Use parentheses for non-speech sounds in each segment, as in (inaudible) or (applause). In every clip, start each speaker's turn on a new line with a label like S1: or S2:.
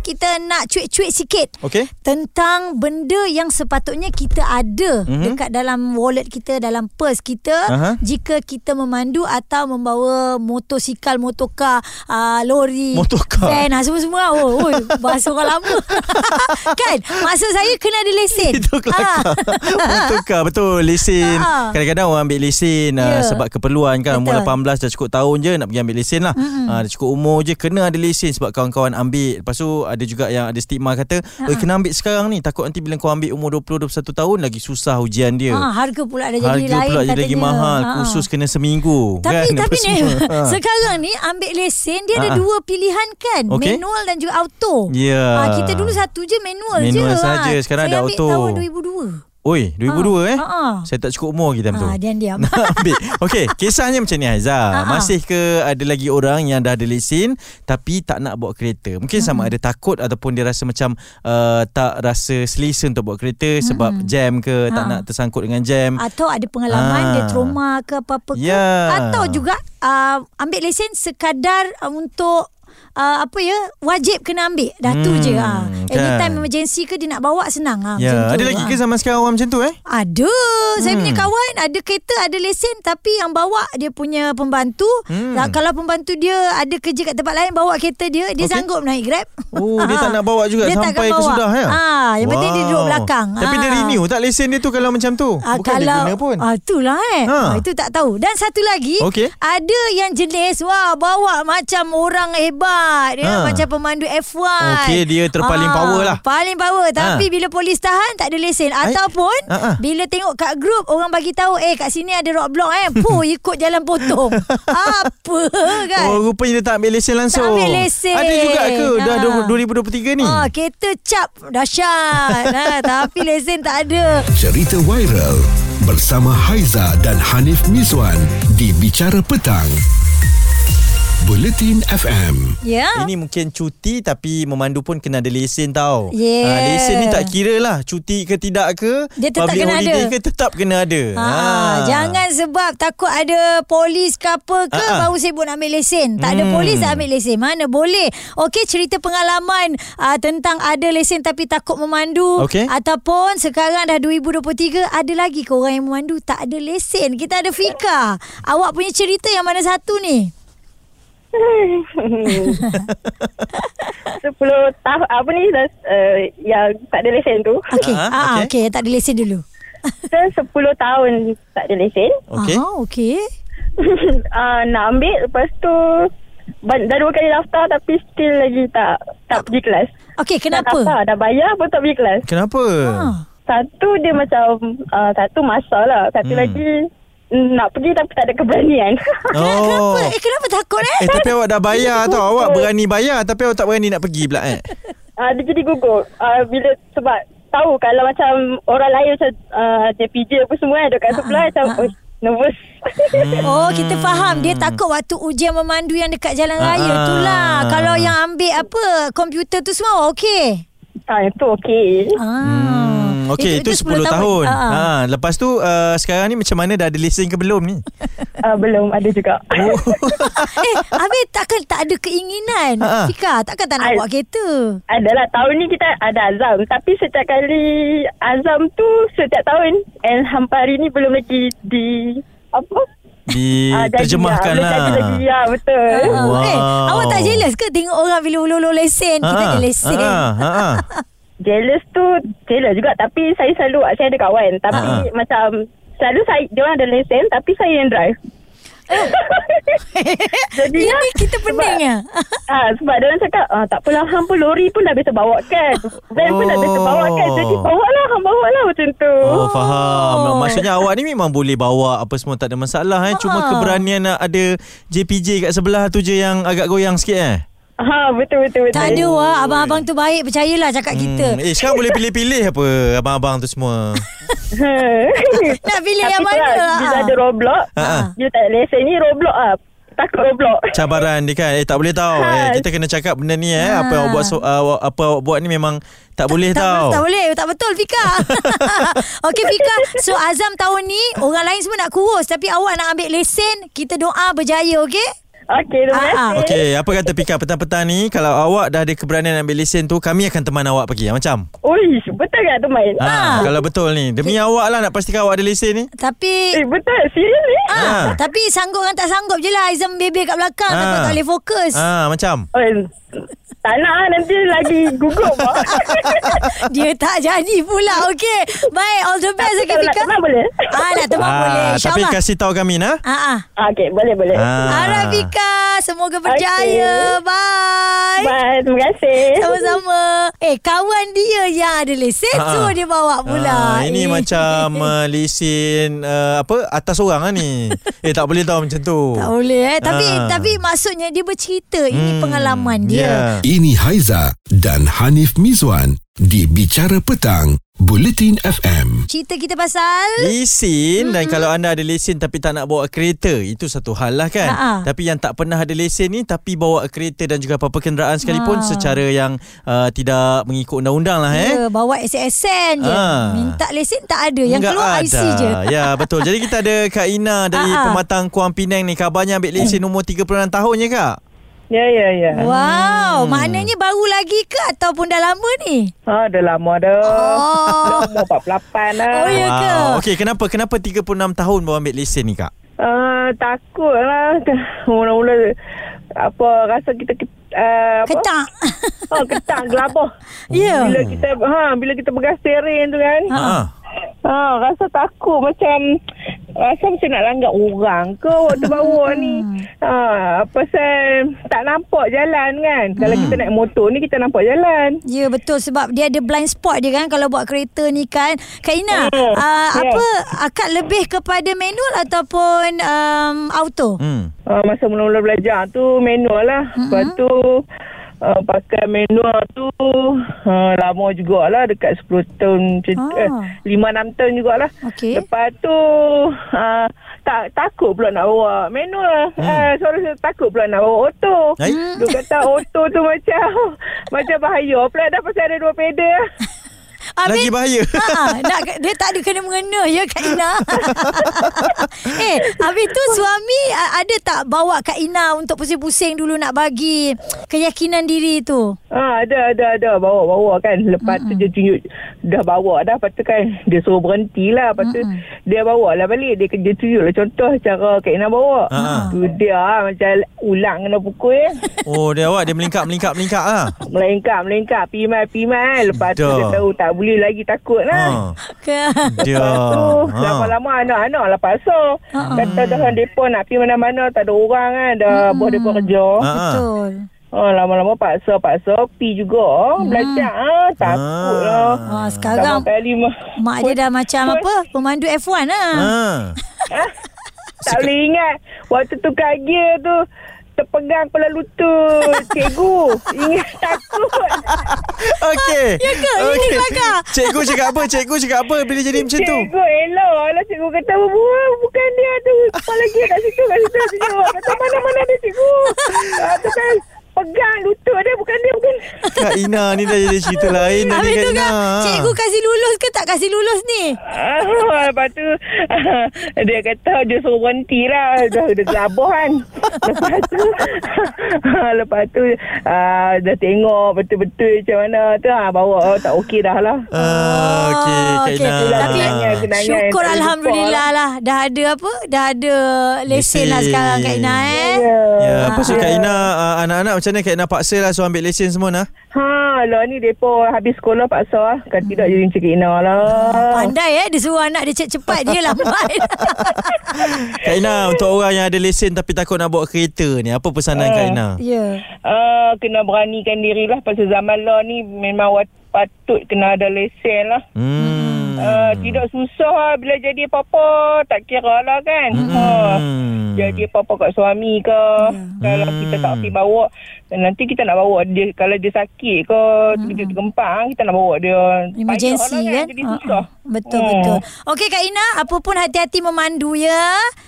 S1: kita nak cuit-cuit sikit
S2: Okey.
S1: tentang benda yang sepatutnya kita ada mm-hmm. dekat dalam wallet kita dalam purse kita
S2: Mhm. Aha.
S1: jika kita memandu atau membawa motosikal, motorkar, uh, lori,
S2: Motorkar?
S1: van, ah, semua-semua. Oh, oh, bahasa orang
S2: (laughs)
S1: lama. kan? Maksud saya kena ada lesen.
S2: Itu kelakar Bertukar betul Lesen
S1: Ha.
S2: Kadang-kadang orang ambil lesen
S1: Ya.
S2: yeah. Sebab keperluan kan Umur
S1: Betul.
S2: 18 dah cukup tahun je Nak pergi ambil lesen lah mm-hmm. Dah cukup umur je Kena ada lesen Sebab kawan-kawan ambil Lepas tu ada juga yang ada stigma kata
S1: Ha,
S2: Oi, Kena ambil sekarang ni Takut nanti bila kau ambil Umur 20-21 tahun Lagi susah ujian dia
S1: Ah, ha, harga pula ada jadi
S2: Harga
S1: lain
S2: pula jadi
S1: katanya.
S2: lagi mahal
S1: Ah, ah.
S2: Khusus kena seminggu
S1: Tapi
S2: kan?
S1: tapi
S2: Apa
S1: ni (laughs)
S2: semua. Ha.
S1: sekarang ni ambil lesen dia ada
S2: Ha-ha.
S1: dua pilihan kan
S2: Okey.
S1: manual dan juga auto. Ha,
S2: Ya.
S1: kita dulu satu je manual, je.
S2: Manual
S1: ha.
S2: saja, sekarang
S1: Saya
S2: ada
S1: ambil
S2: auto.
S1: tahun 2002.
S2: Oi
S1: Ha,
S2: 2002 eh
S1: ha.
S2: Saya tak cukup umur kita
S1: Ha,
S2: tu
S1: diam-diam.
S2: nak (laughs) ambil. Okey, kisahnya macam ni Haiza.
S1: Ha, ha.
S2: Masih ke ada lagi orang yang dah ada lesen tapi tak nak bawa kereta? Mungkin sama ada takut ataupun dia rasa macam uh, tak rasa selesa untuk bawa kereta sebab jam ke, tak
S1: Ha. Ah,
S2: nak tersangkut dengan jam.
S1: Atau ada pengalaman
S2: Ah.
S1: dia trauma ke apa-apa ke.
S2: Ya.
S1: Atau juga uh, ambil lesen sekadar uh, untuk uh, apa ya wajib kena ambil. Dah tu
S2: Hmm,
S1: je. Ha.
S2: kan.
S1: Anytime emergency ke dia nak bawa senang. Ha, macam
S2: Ya,
S1: tu,
S2: ada lagi
S1: ha.
S2: ke zaman sekarang orang macam tu eh?
S1: Ada. Hmm. Saya punya kawan ada kereta, ada lesen tapi yang bawa dia punya pembantu. Hmm.
S2: Hmm.
S1: Kalau pembantu dia ada kerja kat tempat lain bawa kereta dia, dia okay.
S2: Okey.
S1: sanggup naik Grab.
S2: (laughs) Oh, dia tak nak bawa
S1: Ha,
S2: juga
S1: Dia
S2: sampai
S1: takkan
S2: ke
S1: bawa.
S2: sudah ya.
S1: Ah, yang penting dia duduk belakang.
S2: Tapi
S1: Ah.
S2: dia renew tak lesen dia tu kalau macam tu.
S1: Ah,
S2: Bukan dia guna pun.
S1: Ah, itulah eh.
S2: Ha.
S1: Ha. Ah, itu tak tahu. Dan satu lagi,
S2: Okey.
S1: ada yang jenis wah bawa macam orang hebat. Dia ha.
S2: Ha.
S1: macam pemandu F1.
S2: Okey, dia terpaling power lah.
S1: Paling power. Tapi
S2: Ha.
S1: bila polis tahan tak ada lesen. Ataupun
S2: Ha, ha.
S1: bila tengok kat grup orang bagi tahu eh kat sini ada roadblock eh.
S2: (laughs)
S1: Puh ikut jalan potong. Apa kan?
S2: Oh rupanya dia tak ambil lesen langsung
S1: ambil lesen.
S2: Ada juga ke Dah
S1: Ha.
S2: 2023 ni
S1: Ah, kereta cap dahsyat. ha, tapi lesen tak ada.
S3: Cerita viral bersama Haiza dan Hanif Mizwan di Bicara Petang. Bulletin FM.
S1: Ya.
S2: Ini mungkin cuti tapi memandu pun kena ada lesen tau.
S1: Yeah.
S2: Ah, lesen ni tak kira lah cuti ke tidak ke,
S1: Dia tetap
S2: public
S1: kena
S2: holiday
S1: ada.
S2: ke tetap kena ada. Ah.
S1: Ha, jangan sebab takut ada polis ke apa ke
S2: Ha, ha.
S1: baru sibuk nak ambil lesen. Tak ada
S2: Hmm.
S1: polis tak ambil lesen. Mana boleh. Okey cerita pengalaman uh, tentang ada lesen tapi takut memandu
S2: Okey.
S1: ataupun sekarang dah 2023 ada lagi ke orang yang memandu tak ada lesen. Kita ada Fika. Awak punya cerita yang mana satu ni?
S4: 10 tahun apa ni dah, uh, yang tak ada lesen tu.
S1: Okey.
S2: Ha,
S1: Ah okey
S2: okey.
S1: okay. tak ada lesen dulu.
S4: Saya 10 tahun tak ada lesen. (laughs)
S2: Okey.
S1: Ah okey.
S4: uh, nak ambil lepas tu ban- dah dua kali daftar tapi still lagi tak tak pergi kelas.
S1: Okey
S4: Dah daftar,
S1: kenapa?
S4: dah bayar pun tak pergi kelas.
S2: Kenapa?
S1: Ah.
S4: Satu dia macam uh, satu masa lah. Satu
S2: Hmm.
S4: lagi mm, nak pergi tapi tak ada keberanian.
S2: Oh.
S1: Kenapa? Eh kenapa takut eh?
S2: Eh tapi awak dah bayar tau Awak berani bayar Tapi awak tak berani nak pergi pula eh
S4: Uh, dia jadi gugup uh, bila sebab tahu kalau macam orang lain macam uh, JPJ apa semua ada kat sebelah macam
S1: ah, ah.
S4: "Oi, nervous.
S1: Oh kita faham Dia takut waktu ujian memandu Yang dekat jalan
S2: Hmm. Ah.
S1: raya tu lah Kalau yang ambil apa Komputer tu semua okey
S4: (laughs) ah, itu okey.
S1: ah.
S2: hmm, Okey itu, 10, tahun,
S1: Ah.
S2: Ha, Lepas tu uh, Sekarang ni macam mana Dah ada lesen ke belum ni
S4: Uh, belum ada juga.
S1: Eh habis takkan tak ada keinginan
S2: Ah, ah.
S1: Fika takkan tak nak
S4: Al-
S1: bawa kereta
S4: (laughs) Adalah tahun ni kita ada azam tapi setiap kali azam tu setiap tahun and hampa hari ni belum lagi di apa? Ah, jadi
S2: Diterjemahkan
S4: dah, belum
S2: lah
S4: jadi lagi, ya betul.
S1: Ah.
S2: Wow.
S1: Eh, awak tak jealous ke tengok orang bila ulur-ulur lesen Kita ada lesen
S2: ha, ha, ha.
S4: Jealous tu jealous juga tapi saya selalu saya ada kawan
S1: Ha,
S4: tapi
S2: Ah, ah.
S4: macam selalu saya dia orang ada lesen tapi saya
S1: (laughs)
S4: yang drive. Jadi
S1: Ini kita pening ya
S4: ah, sebab dia orang cakap ah, tak apalah hang pun lori pun dah biasa bawa kan. Van pun dah biasa bawa kan. Jadi
S2: Oh.
S4: bawa lah hang bawa lah macam tu.
S2: Oh, faham. Maksudnya awak ni memang boleh bawa apa semua tak ada masalah eh. Cuma
S1: Ha.
S2: keberanian nak ada JPJ kat sebelah tu je yang agak goyang sikit eh.
S4: Ha betul betul betul.
S1: Tak ada wah Abang-abang tu baik Percayalah cakap kita
S2: Hmm. Eh, sekarang boleh pilih-pilih apa abang-abang tu semua.
S4: Ha.
S1: Nak pilih
S4: (laughs) Tapi
S1: yang
S4: tu lah,
S1: mana Ah.
S4: Bila ada Roblox
S2: Ha, ha.
S4: Bila tak ada lesen ni Roblox lah takut roadblock.
S2: cabaran dia kan eh tak boleh tau eh,
S4: Ha.
S2: kita kena cakap benda ni eh
S1: Ha.
S2: apa yang awak buat so, uh, awak- apa awak buat ni memang tak, boleh
S1: tak,
S2: tau
S1: Tak boleh Tak betul Fika (laughs) Okey Fika So Azam tahun ni Orang lain semua nak kurus Tapi awak nak ambil lesen Kita doa berjaya okey
S4: Okey, terima
S1: Ah, ah.
S4: kasih.
S2: Okey, apa kata Pika petang-petang ni kalau awak dah ada keberanian nak ambil lesen tu, kami akan teman awak pergi. Ha, Macam?
S4: Ui, betul tak tu main?
S1: Ah.
S2: Ha, kalau betul ni. Demi awak lah nak pastikan awak ada lesen ni.
S1: Tapi
S4: Eh, betul. Serius ni?
S1: ah,
S2: Ah.
S1: Tapi sanggup kan tak sanggup je lah Azam bebel kat belakang
S2: Ah.
S1: Takut tak boleh fokus
S2: Ha, macam.
S4: Eh, tak nak ah, nanti lagi (laughs) gugup. ah.
S1: (laughs) Dia tak jadi pula Okey Baik all the best Okey
S4: Kalau nak
S1: Fika
S4: tenang boleh?
S1: Ah, nak teman boleh
S2: Ah, tapi
S1: InsyaAllah
S2: kasih tahu kami nah.
S1: ah, ah.
S4: Ah, Okey, boleh, boleh.
S2: Ah.
S1: Alright Fika Semoga berjaya Bye
S4: Bye, terima kasih.
S1: Sama-sama Eh kawan dia yang ada lesen
S2: Ha-ha.
S1: ha. So dia bawa pula
S2: Ah, ini
S1: Eh.
S2: macam
S1: (laughs)
S2: uh, lesen uh, apa atas orang lah ni. eh tak boleh tahu macam tu.
S1: Tak boleh eh Tapi
S2: Ah.
S1: tapi maksudnya Dia bercerita Ini
S2: Hmm,
S1: pengalaman dia yeah.
S3: Ini Haiza dan Hanif Mizwan di Bicara Petang, Bulletin FM.
S1: Cerita kita pasal
S2: Lesen dan kalau anda ada lesen tapi tak nak bawa kereta itu satu hal lah kan.
S1: Ha-ha.
S2: Tapi yang tak pernah ada lesen ni tapi bawa kereta dan juga apa-apa kenderaan sekalipun
S1: Ha.
S2: secara yang uh, tidak mengikut undang-undang lah eh.
S1: Ya, bawa SSN je
S2: Ah.
S1: Minta lesen tak ada Yang
S2: Nggak
S1: keluar IC je
S2: Ya betul Jadi kita ada Kak Ina Dari
S1: Ha-ha. Eh.
S2: Pematang Kuang Pinang ni Kabarnya ambil lesen Umur 36 tahun je Kak
S4: Ya, ya, ya.
S2: Hmm.
S1: Wow Maknanya baru lagi ke Ataupun dah lama ni
S4: Ah, dah lama dah.
S1: Oh.
S4: Dah umur 48 lah.
S1: Oh, ya ke?
S2: Okey kenapa Kenapa 36 tahun Baru ambil lesen ni Kak
S4: Ah, takut lah. Mula-mula apa rasa kita ke- ah, apa?
S1: Ketak (laughs)
S4: Oh, ketak gelabah.
S1: Ya
S4: Bila kita ha bila kita bergas sering tu kan.
S2: Ha.
S4: Ha rasa takut macam rasa macam nak langgar orang ke waktu bawa ni. Ha pasal tak nampak jalan kan. Kalau kita naik motor ni kita nampak jalan.
S1: Ya betul sebab dia ada blind spot dia kan kalau buat kereta ni kan. Kak Ina, uh,
S4: Hmm, yes.
S1: apa akak lebih kepada manual ataupun um, auto?
S2: Hmm
S4: Ha, masa mula-mula belajar tu manual lah. Lepas tu Uh, pakai manual tu uh, lama jugalah dekat 10 tahun macam
S1: Ah.
S4: eh, 5-6 tahun jugalah
S1: Okey.
S4: lepas tu uh, tak takut pula nak bawa manual hmm. uh, sorry saya takut pula nak bawa auto
S2: Hai.
S4: dia kata auto tu macam (laughs) macam bahaya pula dah pasal ada dua pedal
S1: Ah,
S2: Lagi
S1: (laughs)
S2: bahaya
S1: Ha, nak, dia tak ada kena mengena ya Kak Ina. (laughs) eh, habis tu suami uh, ada tak bawa Kak Ina untuk pusing-pusing dulu nak bagi keyakinan diri tu?
S4: Ha, ada, ada, ada. Bawa, bawa kan. Lepas mm-hmm. tu dia tunjuk, dah bawa dah. Lepas tu kan, dia suruh berhenti lah. Lepas tu, mm-hmm. dia bawa lah balik. Dia, dia tunjuk lah contoh cara Kak Ina bawa.
S2: Ha.
S4: Tu dia lah, macam ulang kena pukul ya.
S2: Oh dia awak Dia melingkap Melingkap Melingkap
S1: (laughs)
S2: lah
S4: melengkap, melengkap. Pimai, pimai. Lepas tu,
S2: Dah.
S4: dia tahu tak boleh lagi takut
S2: ha.
S4: lah.
S1: Ke,
S2: Dia
S4: Lepas tu,
S2: ha.
S4: lama-lama anak-anak lah Kan paksa. Kata dah mereka nak pergi mana-mana, tak ada orang kan. Dah mm. buat mereka kerja.
S2: Ha.
S1: betul.
S4: Oh, lama-lama paksa-paksa pergi juga. Hmm. Belajar. Ah,
S2: Ah.
S4: takut lah.
S1: Ha,
S4: Sama
S1: sekarang
S4: kali mah.
S1: mak dia dah macam apa? Pemandu F1 lah.
S2: Ha.
S1: (laughs)
S4: Tak boleh ingat. Waktu tukar gear tu, terpegang kepala lutut
S1: (laughs)
S4: cikgu. Ingat takut.
S2: Okey Ya
S1: ke? Ini kelakar.
S2: Cikgu cakap apa Cikgu cakap apa Bila jadi macam tu
S4: Cikgu elok lah cikgu kata buah bukan dia tu kepala gear kat situ kat situ kat situ kata mana-mana dia
S2: (laughs)
S4: cikgu ah, tu kan pegang lutut dia bukan dia bukan
S2: Kak Ina ni dah jadi cerita lain dah ni
S1: Habis
S2: Kak
S1: tu
S2: Ina ha.
S1: kan Cikgu kasih lulus ke tak kasih lulus ni
S4: ah, lepas tu (laughs) ah, dia kata dia suruh berhenti lah dah dia gelabah kan lepas tu (laughs) lepas tu ah, dah tengok betul-betul macam mana tu ah, bawa oh, tak okey dah lah
S2: Ah, Okey Kak
S1: okey.
S2: Ina
S1: Tapi
S4: Kenangan, kenangan
S1: syukur
S4: yang tak
S1: Alhamdulillah lah Dah ada apa Dah ada lesen lah
S2: Lesen.
S1: sekarang Kak Ina eh
S2: Ya, apa pasal Kak Ina uh, anak-anak macam mana Kak Ina paksa lah so ambil lesen semua nah.
S4: Ha, lah ni depa habis sekolah paksa ah. Kan tidak jadi Encik Ina lah.
S1: Pandai eh Dia suruh anak dia cepat-cepat lah. Dia
S2: (laughs)
S1: lambat
S2: Kak Ina untuk orang yang ada lesen tapi takut nak bawa kereta ni apa pesanan Kak Ina?
S1: Ya
S4: Uh, kena beranikan dirilah pasal zaman lah ni memang wat, patut kena ada lesen lah.
S2: Hmm.
S4: Uh, tidak susah lah bila jadi apa-apa. Tak kira lah kan. Ha.
S2: Hmm.
S1: Ya.
S4: Jadi apa-apa kat suami ke. Kalau kita tak pergi bawa. Nanti kita nak bawa dia Kalau dia sakit ke hmm. Dia tergempang Kita nak bawa dia
S1: Emergency
S4: Payah lah
S1: kan?
S4: Jadi
S1: Ha,
S4: susah Oh.
S1: ha. Betul hmm. betul. Okey Kak Ina, apa pun hati-hati memandu ya.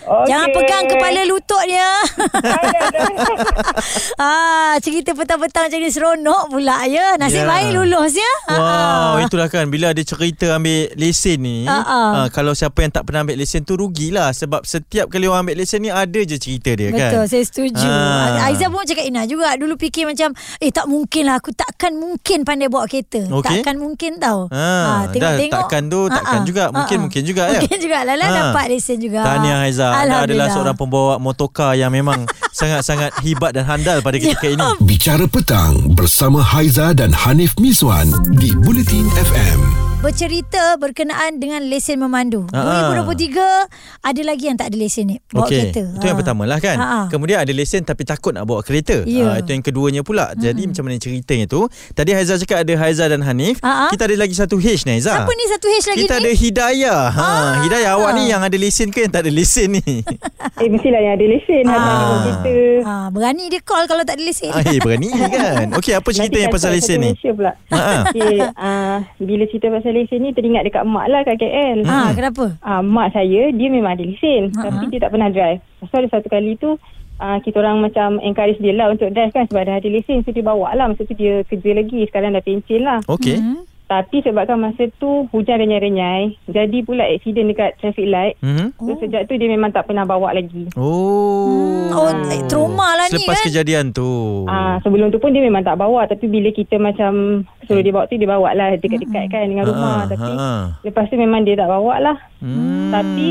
S4: Okey.
S1: Jangan pegang kepala lutut ya. (laughs)
S4: Ayah dah.
S1: ah, cerita petang-petang macam ni seronok pula ya. Nasib yeah.
S2: Ya.
S1: baik lulus ya. Ha,
S2: Wow,
S1: ha.
S2: itulah kan bila ada cerita ambil lesen ni,
S1: Ah, ah.
S2: ah, kalau siapa yang tak pernah ambil lesen tu rugilah sebab setiap kali orang ambil lesen ni ada je cerita dia kan.
S1: Betul, saya setuju.
S2: Ah.
S1: Ha. Aizah pun macam Kak Ina juga. Dulu fikir macam, eh tak mungkin lah. Aku takkan mungkin pandai bawa kereta.
S2: Okey.
S1: Takkan mungkin tau.
S2: Ah, dah takkan tu,
S1: Ah,
S2: takkan
S1: ah.
S2: juga. Mungkin-
S1: Ah, ah.
S2: mungkin juga, ya?
S1: Mungkin juga. Lala
S2: Ah.
S1: dapat lesen juga.
S2: Tahniah Haizah Anda adalah
S1: Alhamdulillah.
S2: seorang pembawa motokar Yang
S1: (laughs)
S2: memang sangat-sangat hebat dan handal pada ketika
S1: Ya.
S2: ini
S3: Bicara petang bersama Haiza dan Hanif Miswan di Bulletin FM.
S1: bercerita berkenaan dengan lesen memandu.
S2: Ha-ha.
S1: 2023 ada lagi yang tak ada lesen ni. Bawa
S2: Okey,
S1: kereta.
S2: Itu yang
S1: Ha.
S2: pertama lah kan
S1: Ha-ha.
S2: Kemudian ada lesen Tapi takut nak bawa kereta
S1: Ya. Hmm.
S2: Ah, Itu yang keduanya pula Jadi macam mana ceritanya tu Tadi Haizah cakap Ada Haizah dan Hanif
S1: Ha-ha.
S2: Kita ada lagi satu H ni Haizah
S1: Apa Ha, ni satu H Ah. lagi
S2: Kita
S1: ni?
S2: ada Hidayah ha, Hidayah awak ni Yang ada lesen ke Yang tak ada lesen ni
S4: (laughs)
S1: (laughs)
S4: Eh mestilah yang ada lesen
S1: Ah.
S4: ah. Kita
S1: Ha, berani dia call kalau tak ada lesen.
S2: ah, Eh berani kan Okey apa cerita yang pasal lesen ni Ha, Ah.
S4: Malaysia pula
S2: Ha-ha.
S4: okay, uh, Bila cerita pasal lesen ni Teringat dekat mak lah kat KL
S1: Ha,
S2: Hmm.
S1: kenapa?
S4: Ah, mak saya dia memang ada lesen
S1: Ha,
S4: uh-huh. tapi dia tak pernah drive. So ada satu kali tu ah, kita orang macam encourage dia lah untuk drive kan sebab dah ada lesen so dia bawa lah masa tu dia kerja lagi sekarang dah pencen lah.
S2: Okey
S1: Hmm.
S4: Tapi sebabkan masa tu hujan renyai-renyai jadi pula accident dekat traffic light.
S1: Hmm,
S2: Mhm.
S4: So sejak tu dia memang tak pernah bawa lagi.
S2: Oh.
S1: Hmm, oh, eh, trauma lah ni,
S2: Selepas
S1: kan?
S2: kejadian tu.
S4: Ah sebelum tu pun dia memang tak bawa tapi bila kita macam suruh dia bawa tu dia bawa lah dekat-dekat kan dengan rumah
S2: Ha,
S4: tapi
S2: ha, ha.
S4: lepas tu memang dia tak bawa lah.
S2: Hmm.
S4: Tapi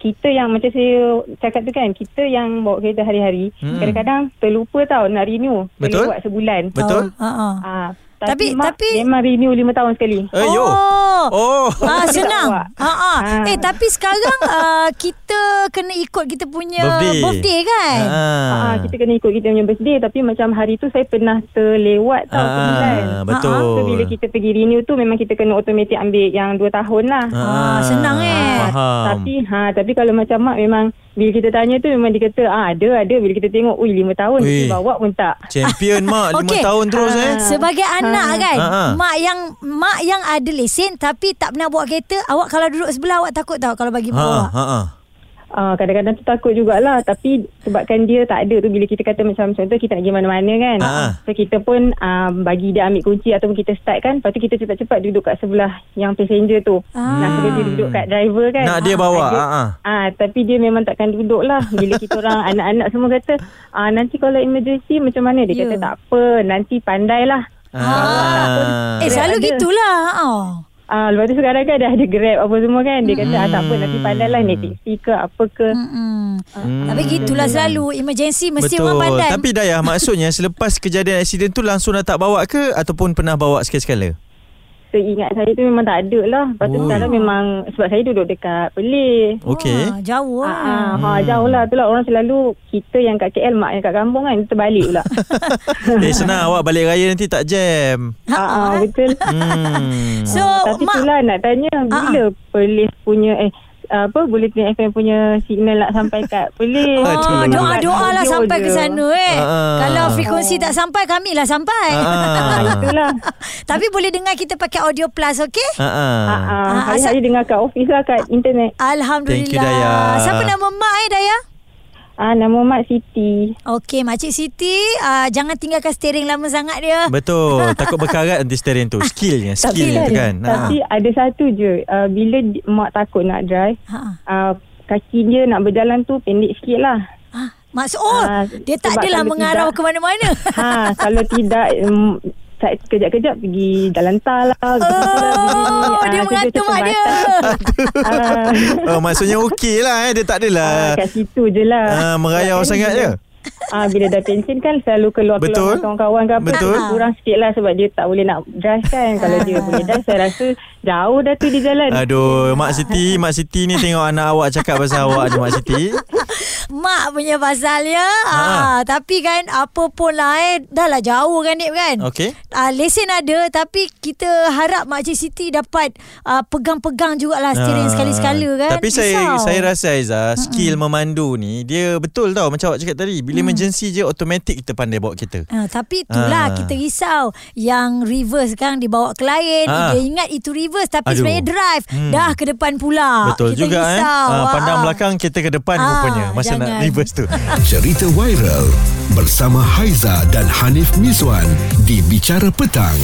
S4: kita yang macam saya cakap tu kan, kita yang bawa kereta hari-hari,
S2: Hmm.
S4: kadang-kadang terlupa tau nak renew.
S2: Betul.
S4: Boleh buat sebulan.
S2: Betul?
S1: Ha, ha.
S4: Ah,
S1: Tapi-
S4: tapi, tapi, mak
S1: tapi-
S4: memang renew lima tahun sekali.
S2: Eh, yo.
S1: Oh.
S2: Oh.
S1: Ah
S4: Kita tak
S1: senang.
S4: bawa.
S1: Ha ah.
S4: Ah.
S1: Eh tapi sekarang ah, kita kena ikut kita punya Ya, birthday, kan.
S2: Ha,
S4: Ah. kita kena ikut kita punya birthday tapi macam hari tu saya pernah terlewat tau
S2: Ah,
S4: sebulan.
S2: betul.
S4: Ah, So bila kita pergi renew tu memang kita kena automatik ambil yang 2 tahun lah.
S1: Ah, senang, eh.
S2: Faham.
S4: Tapi ha tapi kalau macam mak memang bila kita tanya tu memang dia kata ah ada ada bila kita tengok ui 5 tahun
S2: Ui.
S4: dia bawa pun tak.
S2: Champion
S1: (laughs)
S2: mak 5
S1: Okey. Ah.
S2: tahun terus eh.
S1: Sebagai
S4: Ah.
S1: anak kan
S2: Ha, ha.
S1: Mak yang Mak yang ada lesen Tapi tak pernah bawa kereta Awak kalau duduk sebelah Awak takut tau Kalau bagi
S2: Ha
S1: bawa Eh,
S2: ha. ha.
S4: Ah, kadang-kadang tu takut jugalah Tapi sebabkan dia tak ada tu Bila kita kata macam Contoh kita nak pergi mana-mana kan
S2: Ah.
S4: So kita pun um, Bagi dia ambil kunci Ataupun kita start kan Lepas tu kita cepat-cepat duduk kat sebelah Yang passenger tu
S1: Ah.
S4: Nah sebelum dia duduk kat driver kan
S2: Nak dia bawa,
S4: ada-
S2: ah, ah.
S4: Ah, Tapi dia memang takkan duduk lah Bila kita
S2: (laughs)
S4: orang Anak-anak semua kata ah, Nanti kalau emergency Macam mana Dia
S1: Ya.
S4: kata tak apa Nanti pandailah
S2: Ah.
S1: Eh selalu
S4: Ada.
S1: gitulah oh.
S4: Ah, lepas tu sekarang kan dah ada grab apa semua kan Dia kata ah, tak apa nanti
S2: Hmm.
S4: pandailah naik teksi ke apa ke
S1: Mm-mm. Tapi gitulah selalu Emergency mesti
S2: Betul.
S1: orang pandai
S2: Tapi Dayah maksudnya selepas kejadian aksiden tu langsung dah tak bawa ke ataupun pernah bawa sekali-sekala?
S4: Seingat saya tu memang tak ada lah. Lepas tu
S2: Oh.
S4: sekarang memang sebab saya duduk dekat Perlis.
S2: Okey.
S1: Wah, Jauh
S4: Ah,
S1: lah
S4: ah, ha, jauh lah. Itulah orang selalu kita yang kat KL, mak yang kat kampung kan terbalik
S1: (laughs)
S4: pula.
S2: (laughs) Eh senang awak balik raya nanti tak jam.
S4: ah, ah,
S1: (laughs)
S4: betul.
S2: Hmm.
S1: So
S4: Ah, Tapi
S1: Oh, mak Ah,
S4: itulah nak tanya bila Perlis punya eh apa Bulletin FM punya signal nak sampai kat Perlis.
S1: Oh,
S2: Aduh.
S1: doa-doa lah
S4: Radio
S1: sampai
S4: je.
S1: ke sana eh.
S2: Ah, ah.
S1: Kalau frekuensi tak sampai kami lah sampai.
S4: Ah,
S2: Ah.
S4: itulah.
S1: (laughs) Tapi boleh dengar kita pakai audio plus okey?
S2: Ah.
S4: Ah,
S2: ah.
S4: ah,
S1: Ah,
S4: hari-hari dengar kat office lah kat internet.
S1: Alhamdulillah.
S2: Thank you, Dayah.
S1: Siapa nama mak eh Daya?
S4: Ah, nama mak Siti.
S1: Okey, Makcik Siti, uh, jangan tinggalkan steering lama sangat dia.
S2: Betul Takut berkarat anti steering tu Skillnya
S4: Tapi
S2: Skillnya tu kan Ha.
S4: Tapi ada satu je uh, Bila di- mak takut nak drive
S1: Ha.
S4: uh, Kaki dia nak berjalan tu Pendek sikit lah
S1: Ha, maksud oh,
S4: Ah,
S1: dia tak
S4: sebab
S1: adalah
S4: kalau
S1: mengarau ke
S4: tidak-
S1: mana-mana. (laughs)
S4: ha, Kalau tidak um, sa- Kejap-kejap pergi jalan tar lah Ah,
S1: Oh, dia mengatur mak
S4: (laughs)
S1: dia.
S4: uh,
S2: oh, Maksudnya okey lah eh. Dia tak adalah
S4: Kat situ je
S2: Ah,
S4: lah
S2: merayau sangat je.
S4: Ah bila dah pension kan selalu
S2: Betul.
S4: keluar-keluar dengan kawan-kawan ke apa
S2: Betul.
S4: tu kurang sikit lah sebab dia tak boleh nak drive kan kalau dia boleh drive saya rasa jauh dah tu
S2: Ah,
S1: Kan?
S4: di jalan
S2: Aduh Mak Siti Mak Siti ni tengok anak awak Cakap pasal awak ni Mak Siti
S1: mak punya pasal ya. Ah,
S2: Ha.
S1: tapi kan apa pun lah eh. Dah lah jauh kan Nip kan.
S2: Okey.
S1: Uh, lesen ada tapi kita harap Makcik Siti dapat uh, pegang-pegang jugalah steering
S2: Ah,
S1: sekali-sekala kan.
S2: Tapi saya
S1: Risau.
S2: saya rasa Aiza skill memandu ni dia betul tau macam awak cakap tadi bila
S1: Mm.
S2: emergency je automatic kita pandai bawa kita.
S1: Ah, tapi itulah
S2: Ah.
S1: kita risau yang reverse sekarang dibawa ke lain
S2: Ah.
S1: dia ingat itu reverse tapi
S2: Aduh.
S1: sebenarnya drive
S2: Hmm.
S1: dah ke depan pula kita
S2: betul juga eh.
S1: risau.
S2: Ah, pandang
S1: Ah, ah.
S2: belakang kita ke depan
S1: Ah,
S2: rupanya masa nak
S1: jangan.
S2: reverse
S1: (laughs)
S2: tu.
S3: Cerita viral bersama Haiza dan Hanif Miswan di Bicara Petang.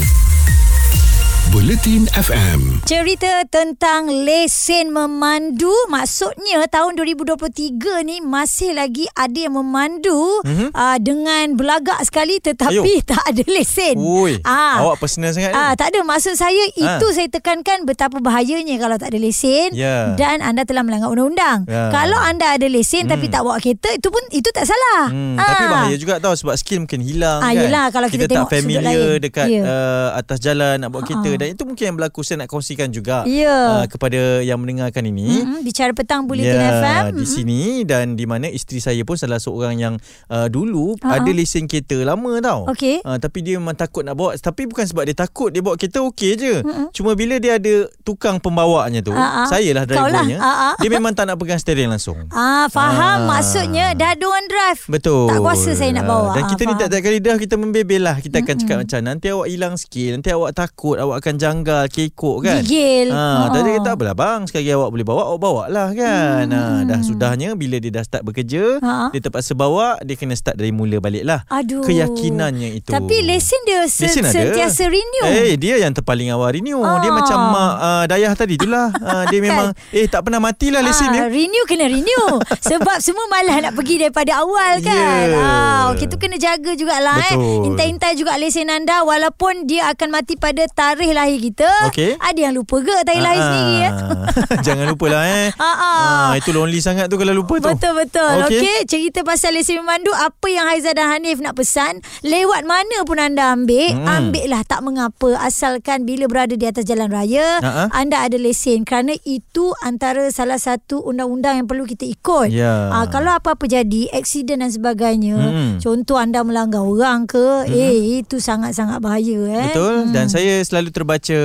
S3: Buletin FM.
S1: Cerita tentang lesen memandu maksudnya tahun 2023 ni masih lagi ada yang memandu
S2: Mhm.
S1: mm-hmm. uh, dengan belagak sekali tetapi Ayuh. (laughs) tak ada lesen.
S2: Oi.
S1: Ah.
S2: Awak personal sangat ni.
S1: Ah, tak ada maksud saya
S2: Kan? Ah.
S1: itu saya tekankan betapa bahayanya kalau tak ada lesen
S2: Ya.
S1: dan anda telah melanggar undang-undang.
S2: Ya.
S1: Kalau anda ada lesen tapi tak bawa kereta itu pun itu tak salah.
S2: Hmm, Tapi bahaya juga tau sebab skill mungkin hilang
S1: Ah,
S2: kan.
S1: yelah, kalau kita
S2: tak
S1: tengok sudut
S2: familiar
S1: lain.
S2: dekat
S1: Ya.
S2: uh, atas jalan nak bawa kereta
S1: Ha-ha.
S2: dan itu mungkin yang berlaku saya nak kongsikan juga
S1: Ya.
S2: uh, kepada yang mendengarkan ini. Ya,
S1: Mm-mm, bicara petang Bulletin Hmm. FM.
S2: di
S1: Mm-mm.
S2: sini dan di mana isteri saya pun salah seorang yang uh, dulu
S1: Ha-ha.
S2: ada lesen kereta lama tau.
S1: Ha, Okey.
S2: Uh, tapi dia memang takut nak bawa tapi bukan sebab dia takut dia bawa kereta okey je.
S1: Hmm,
S2: Cuma bila dia ada tukang pembawaannya tu,
S1: Ha-ha.
S2: saya lah
S1: Kau lah.
S2: drivernya.
S1: Ha-ha.
S2: Dia memang tak nak pegang
S1: (laughs)
S2: steering langsung.
S1: Ah, faham
S2: Ah.
S1: maksudnya dah ada orang drive.
S2: Betul.
S1: Tak kuasa saya nak bawa.
S2: Ah, Dan
S1: Ah,
S2: kita ni
S1: faham.
S2: tak kali dah kita membebel lah. Kita akan cakap macam nanti awak hilang skill, nanti awak takut, awak akan janggal, kekok kan.
S1: Gigil.
S2: Ha, tadi
S1: Ha.
S2: kata apalah bang, sekali awak boleh bawa, awak bawa lah kan. Ha, dah sudahnya bila dia dah start bekerja,
S1: Ha.
S2: dia terpaksa bawa, dia kena start dari mula balik lah.
S1: Aduh.
S2: Keyakinannya itu.
S1: Tapi lesen dia se-
S2: Lesen ada.
S1: sentiasa renew.
S2: Eh, dia yang terpaling awal renew. Dia
S1: Ah. Kan?
S2: macam mak uh, dayah tadi tu lah. Ah,
S1: (laughs)
S2: dia memang, eh tak pernah matilah lesen dia.
S1: Ah, renew kena renew
S2: (laughs)
S1: sebab semua malah nak pergi daripada awal kan.
S2: Ya.
S1: Ah, okey tu kena jaga jugalah eh.
S2: Betul.
S1: Intai-intai juga lesen anda walaupun dia akan mati pada tarikh lahir kita.
S2: Okey.
S1: Ada yang lupa ke tarikh lahir
S2: Ah,
S1: sendiri eh?
S2: ah. (laughs) Jangan lupa lah eh.
S1: Ah, ah.
S2: Ah, itu lonely sangat tu kalau lupa tu.
S1: Betul betul. Okey,
S2: Okey.
S1: okay, cerita pasal lesen memandu apa yang Haiza dan Hanif nak pesan, lewat mana pun anda ambil, hmm. ambil lah tak mengapa asalkan bila berada di atas jalan raya
S2: Ha-ha.
S1: anda ada lesen kerana itu antara salah satu undang-undang yang perlu kita ikut.
S2: Ya.
S1: Ah, kalau apa-apa jadi, aksiden dan sebagainya,
S2: Hmm.
S1: contoh anda melanggar orang ke, eh itu sangat-sangat bahaya eh.
S2: Betul hmm. dan saya selalu terbaca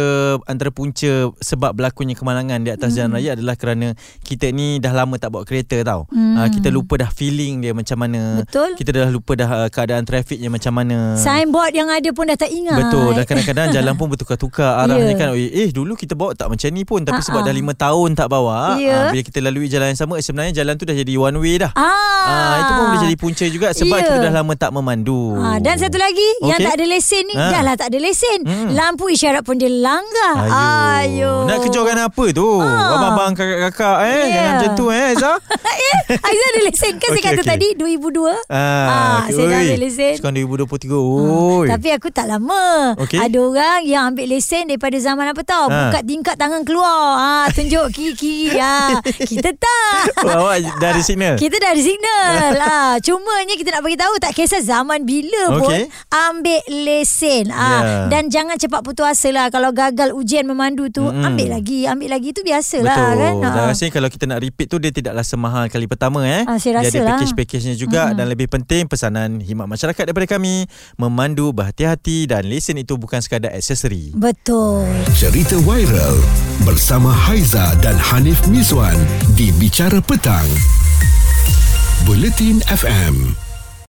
S2: antara punca sebab berlakunya kemalangan di atas hmm. jalan raya adalah kerana kita ni dah lama tak bawa kereta tau. Hmm. Uh, kita lupa dah feeling dia macam mana.
S1: Betul.
S2: Kita dah lupa dah uh, keadaan trafiknya macam mana.
S1: Signboard yang ada pun dah tak ingat.
S2: Betul
S1: (laughs)
S2: dan kadang-kadang jalan pun bertukar-tukar arahnya
S1: Ya.
S2: yeah. kan eh, eh dulu kita bawa tak macam ni pun
S1: Ah,
S2: tapi uh-uh. sebab
S1: ah.
S2: dah 5 tahun tak bawa
S1: Ya.
S2: yeah. bila kita lalui jalan yang sama eh, sebenarnya jalan tu dah jadi one way dah
S1: Ah.
S2: Ah, itu pun boleh jadi punca juga sebab
S1: Ya.
S2: yeah. kita dah lama tak memandu.
S1: Ha, dan satu lagi okay. yang
S2: Oh. Okey.
S1: tak ada lesen ni, ha.
S2: Ha.
S1: dah lah tak ada lesen. Hmm. Lampu isyarat pun dia langgar.
S2: Ayuh. Nak kejorkan apa tu?
S1: Ah.
S2: Abang-abang kakak-kakak eh.
S1: Ya.
S2: Yeah. Jangan macam tu eh Aizah.
S1: eh, Aizah ada lesen kan okay,
S2: (laughs) Okey,
S1: saya kata
S2: okey.
S1: okay. tadi 2002. Ah,
S2: okey.
S1: saya dah
S2: Oi,
S1: ambil lesen.
S2: Sekarang 2023. Oi.
S1: Ah, Tapi aku tak lama.
S2: Okey.
S1: Ada orang yang ambil lesen daripada zaman apa tau?
S2: Ha.
S1: Buka tingkat tangan keluar. Ha, tunjuk kiri-kiri. Ha.
S2: (laughs)
S1: Kita tak.
S2: Oh, awak dari signal.
S1: (laughs) Kita dari
S2: (laughs)
S1: signal. ah, cumanya kita nak bagi tahu tak kisah zaman bila pun
S2: Okey.
S1: ambil lesen. Ah,
S2: Ya.
S1: dan jangan cepat putus asa lah kalau gagal ujian memandu tu
S2: Mm-mm.
S1: ambil lagi, ambil lagi tu biasalah
S2: Betul.
S1: kan.
S2: Dan
S1: Ah.
S2: rasanya kalau kita nak repeat tu dia tidaklah semahal kali pertama eh.
S1: Ah, saya rasa
S2: dia ada
S1: lah.
S2: package-package-nya juga dan lebih penting pesanan himat masyarakat daripada kami memandu berhati-hati dan lesen itu bukan sekadar aksesori.
S1: Betul.
S3: Cerita viral bersama Haiza dan Hanif Miswan di Bicara Petang. Buletin FM.